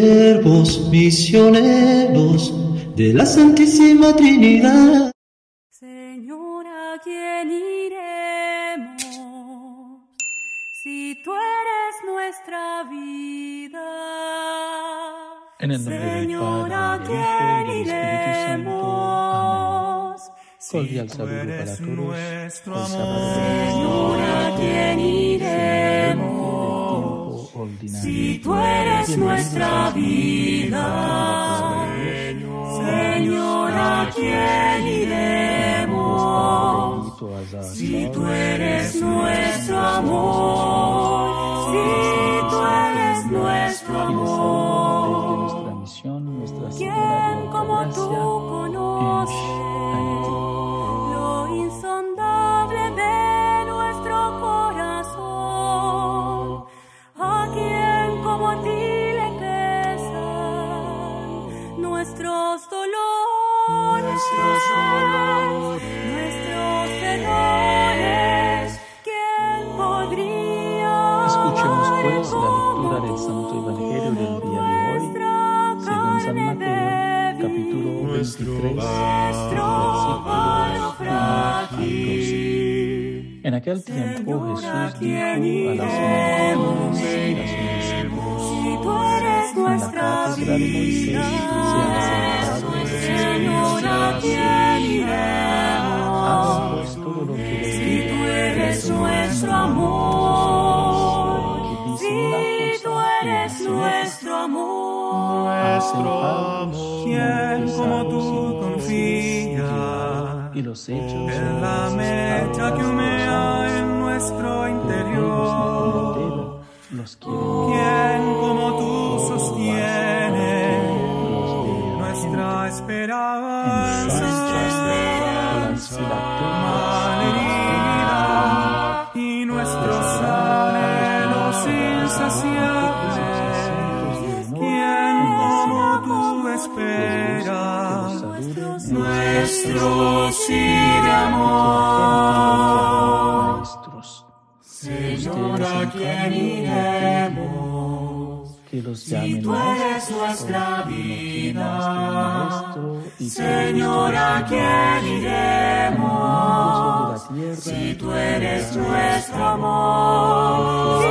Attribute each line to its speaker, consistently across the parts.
Speaker 1: siervos misioneros de la Santísima Trinidad.
Speaker 2: Señor, ¿a quién iremos si tú eres nuestra vida?
Speaker 3: En el nombre del
Speaker 2: Señor, ¿a
Speaker 3: Padre, del
Speaker 2: quién
Speaker 3: Hijo y del
Speaker 2: iremos?
Speaker 3: Espíritu Santo. Cordial saludo para todos. El sábado
Speaker 2: Señor, ¿a quién iremos?
Speaker 3: tiempo ordinario.
Speaker 2: Si tú eres nuestra vida, Señor, ¿a quién iremos?
Speaker 3: Pues,
Speaker 2: Si tú eres nuestro amor, si tú eres nuestro amor,
Speaker 3: nuestra misión, nuestra señora de
Speaker 2: ¿quién como
Speaker 3: Altagracia,
Speaker 2: tú conoces lo insondable de nuestro corazón? ¿A quién como a ti le pesan nuestros dolores, nuestros errores? ¿Quién podría
Speaker 3: Escuchemos,
Speaker 2: amar
Speaker 3: pues, la
Speaker 2: como
Speaker 3: lectura del
Speaker 2: tú?
Speaker 3: Santo Evangelio del día de hoy,
Speaker 2: Nuestra
Speaker 3: según San
Speaker 2: carne
Speaker 3: Mateo, capítulo
Speaker 2: débil,
Speaker 3: 23,
Speaker 2: nuestro vano
Speaker 3: versículos 1 al 12.
Speaker 2: frágil.
Speaker 3: En aquel tiempo
Speaker 2: Señor, ¿a
Speaker 3: Jesús dijo
Speaker 2: quién
Speaker 3: a las
Speaker 2: iremos?
Speaker 3: mujeres y a sus discípulos,
Speaker 2: Si tú eres
Speaker 3: en la
Speaker 2: nuestra
Speaker 3: cátedra de Moisés se
Speaker 2: vida,
Speaker 3: ha sentado
Speaker 2: Señor, ¿a quién iremos?
Speaker 3: haz pues todo lo que
Speaker 2: Si
Speaker 3: le
Speaker 2: tú
Speaker 3: digas,
Speaker 2: eres nuestro amor,
Speaker 3: que dice
Speaker 2: si tú
Speaker 3: una cosa y
Speaker 2: eres
Speaker 3: hace
Speaker 2: nuestro amor,
Speaker 3: nuestro amor,
Speaker 4: quien como tú
Speaker 3: confía
Speaker 4: confía
Speaker 3: y los hechos
Speaker 4: en la mecha que humea en nuestro interior.
Speaker 3: interior los quiere
Speaker 4: Quien como tú sostiene
Speaker 3: los de
Speaker 4: nuestra
Speaker 3: Nuestra
Speaker 4: esperanza,
Speaker 3: esperanza,
Speaker 4: malherida y nuestros anhelos insaciables. Quien como tú esperas nuestro sí de amor.
Speaker 3: Señor, ¿a quién
Speaker 2: iremos?
Speaker 3: Que los
Speaker 2: Si
Speaker 3: llame
Speaker 2: tú eres
Speaker 3: maestro,
Speaker 2: nuestra
Speaker 3: y
Speaker 2: vida,
Speaker 3: maestro, y
Speaker 2: Señor, ¿a quién iremos? Si tú eres nuestro amor, si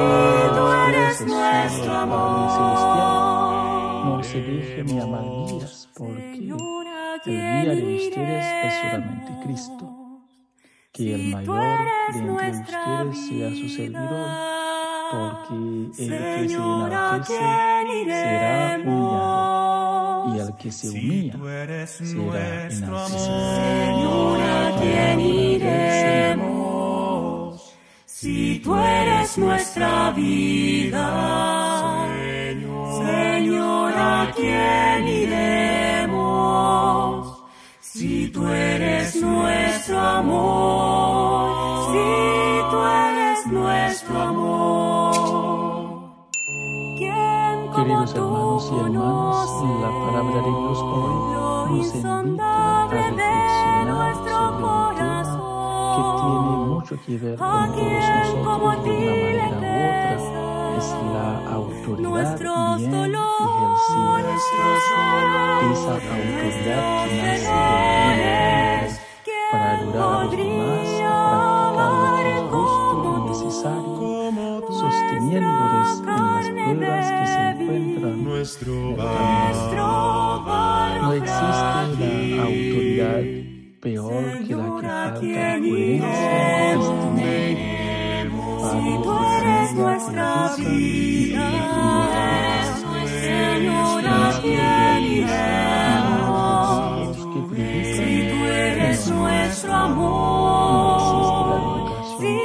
Speaker 2: tú eres nuestro amor.
Speaker 3: No se deje ni amarguías, porque
Speaker 2: Señor, ¿a
Speaker 3: el
Speaker 2: quién
Speaker 3: día de ustedes es solamente
Speaker 2: iremos?
Speaker 3: Cristo.
Speaker 2: Si
Speaker 3: Que el
Speaker 2: tú
Speaker 3: mayor
Speaker 2: eres
Speaker 3: de entre
Speaker 2: nuestra
Speaker 3: ustedes sea su servidor,
Speaker 2: vida,
Speaker 3: porque el que se
Speaker 2: Señor, ¿a
Speaker 3: enaltece
Speaker 2: quién
Speaker 3: será humillado,
Speaker 2: iremos?
Speaker 3: y al que se
Speaker 4: Si
Speaker 3: humilla
Speaker 4: tú eres
Speaker 3: será
Speaker 4: nuestro
Speaker 3: enaltecido.
Speaker 2: Señor, ¿a quién iremos? Si tú eres nuestra vida, Señor, ¿a quién iremos? Si tú eres nuestro amor, si tú eres nuestro amor. ¿Quién como
Speaker 3: Queridos
Speaker 2: tú
Speaker 3: hermanos y hermanas, la palabra de Dios
Speaker 2: lo
Speaker 3: hoy nos invita a
Speaker 2: insondable de
Speaker 3: reflexionar
Speaker 2: nuestro
Speaker 3: sobre un tema que tiene
Speaker 2: corazón.
Speaker 3: mucho que ver
Speaker 2: ¿A
Speaker 3: con
Speaker 2: quién
Speaker 3: todos
Speaker 2: como a
Speaker 3: nosotros
Speaker 2: ti
Speaker 3: de
Speaker 2: le
Speaker 3: una manera u otra. Es la autoridad
Speaker 2: nuestros
Speaker 3: bien
Speaker 2: dolores,
Speaker 3: ejercida. Esa autoridad que nace del
Speaker 2: errores?
Speaker 3: reino para
Speaker 2: ¿Quién
Speaker 3: ayudar a los demás
Speaker 2: podría
Speaker 3: a practicar
Speaker 2: amar
Speaker 3: lo que es
Speaker 2: como
Speaker 3: justo y
Speaker 2: tú?
Speaker 3: necesario, sosteniéndoles en las pruebas que se encuentran
Speaker 4: nuestro
Speaker 2: Nuestro
Speaker 3: No
Speaker 2: vano
Speaker 3: existe
Speaker 2: frágil.
Speaker 3: la autoridad peor que la que
Speaker 2: Señor, ¿a
Speaker 3: falta
Speaker 2: quién
Speaker 3: coherencia
Speaker 2: iremos? Si tú eres nuestra vida, Señor, ¿a quién iremos? Si tú eres nuestro amor, si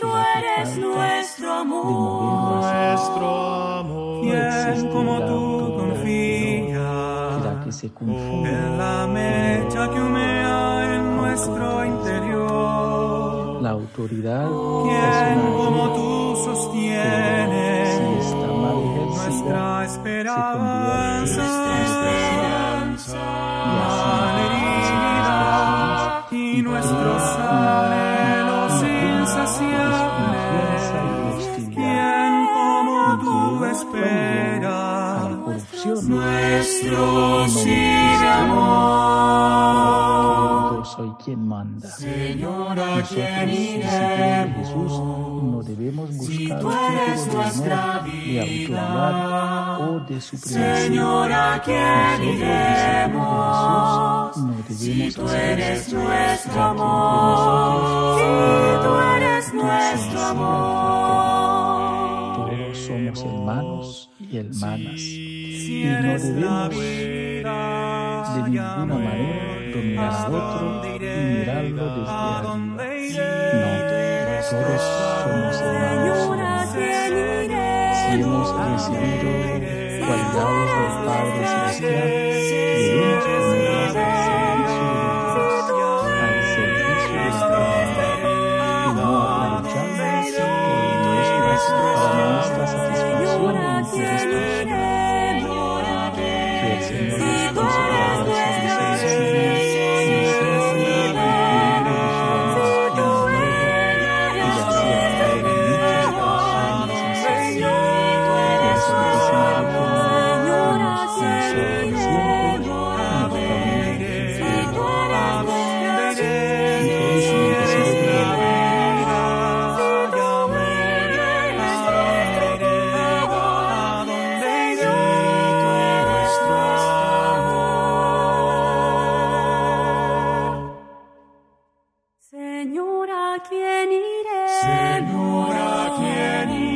Speaker 2: tú eres nuestro amor,
Speaker 4: nuestro amor. Quien como tú
Speaker 3: la que
Speaker 4: confía
Speaker 3: se confunde
Speaker 4: en la mecha que humea en nuestro interior.
Speaker 3: la autoridad
Speaker 4: Quien como
Speaker 3: personal
Speaker 4: tú
Speaker 3: que si
Speaker 4: sostiene
Speaker 3: está mal ejercida
Speaker 4: nuestra esperanza.
Speaker 3: y así
Speaker 4: Malherida y nuestros anhelos insaciables.
Speaker 3: confianza y hostilidad
Speaker 4: Quien como
Speaker 3: y
Speaker 4: tú
Speaker 3: lleva al
Speaker 4: esperas
Speaker 3: juego corrupción.
Speaker 2: nuestro sí de
Speaker 3: Yo
Speaker 2: amor.
Speaker 3: soy quien manda.
Speaker 2: Señor, ¿a
Speaker 3: Nosotros,
Speaker 2: quién
Speaker 3: discípulos de Jesús, no
Speaker 2: iremos?
Speaker 3: debemos
Speaker 2: Si
Speaker 3: buscar
Speaker 2: tú
Speaker 3: un
Speaker 2: eres
Speaker 3: título de
Speaker 2: nuestra
Speaker 3: honor, de
Speaker 2: vida.
Speaker 3: autoridad o de supremacía.
Speaker 2: Señor, ¿a quién
Speaker 3: Nosotros, discípulos
Speaker 2: iremos?
Speaker 3: de Jesús, no
Speaker 2: Si
Speaker 3: debemos
Speaker 2: tú
Speaker 3: hacer
Speaker 2: eres
Speaker 3: esto.
Speaker 2: nuestro
Speaker 3: Ya que
Speaker 2: amor, si tú eres
Speaker 3: tú
Speaker 2: nuestro
Speaker 3: seas
Speaker 2: amor.
Speaker 3: Todos somos hermanos y hermanas.
Speaker 4: Si
Speaker 3: no
Speaker 4: eres la
Speaker 3: debemos
Speaker 4: vida,
Speaker 3: de ninguna
Speaker 4: llama,
Speaker 3: manera dominar
Speaker 4: ¿a
Speaker 3: al otro y
Speaker 4: dónde iré?
Speaker 3: mirarlo desde
Speaker 4: ¿A
Speaker 3: arriba. No,
Speaker 4: dónde iré?
Speaker 3: todos somos
Speaker 2: Señor,
Speaker 3: hermanos.
Speaker 2: ¿a quién
Speaker 3: Si hemos
Speaker 2: iremos?
Speaker 3: recibido cualidades del Padre Celestial, debemos ponerlas al servicio de la humanidad, al servicio de la humanidad, y no a la lucha por nuestras, para nuestra satisfacción e insatisfacción. Que el Señor nos conceda la salvación y cese la infidelidad y la muerte, y así atraer a muchas personas a Jesús. Que la Santísima Virgen María nos consuele siempre en el camino de la
Speaker 2: ¿A dónde iré?
Speaker 3: y que Él siempre sea fiel.
Speaker 2: Señor, ¿a quién iré? Señor, ¿a quién iré?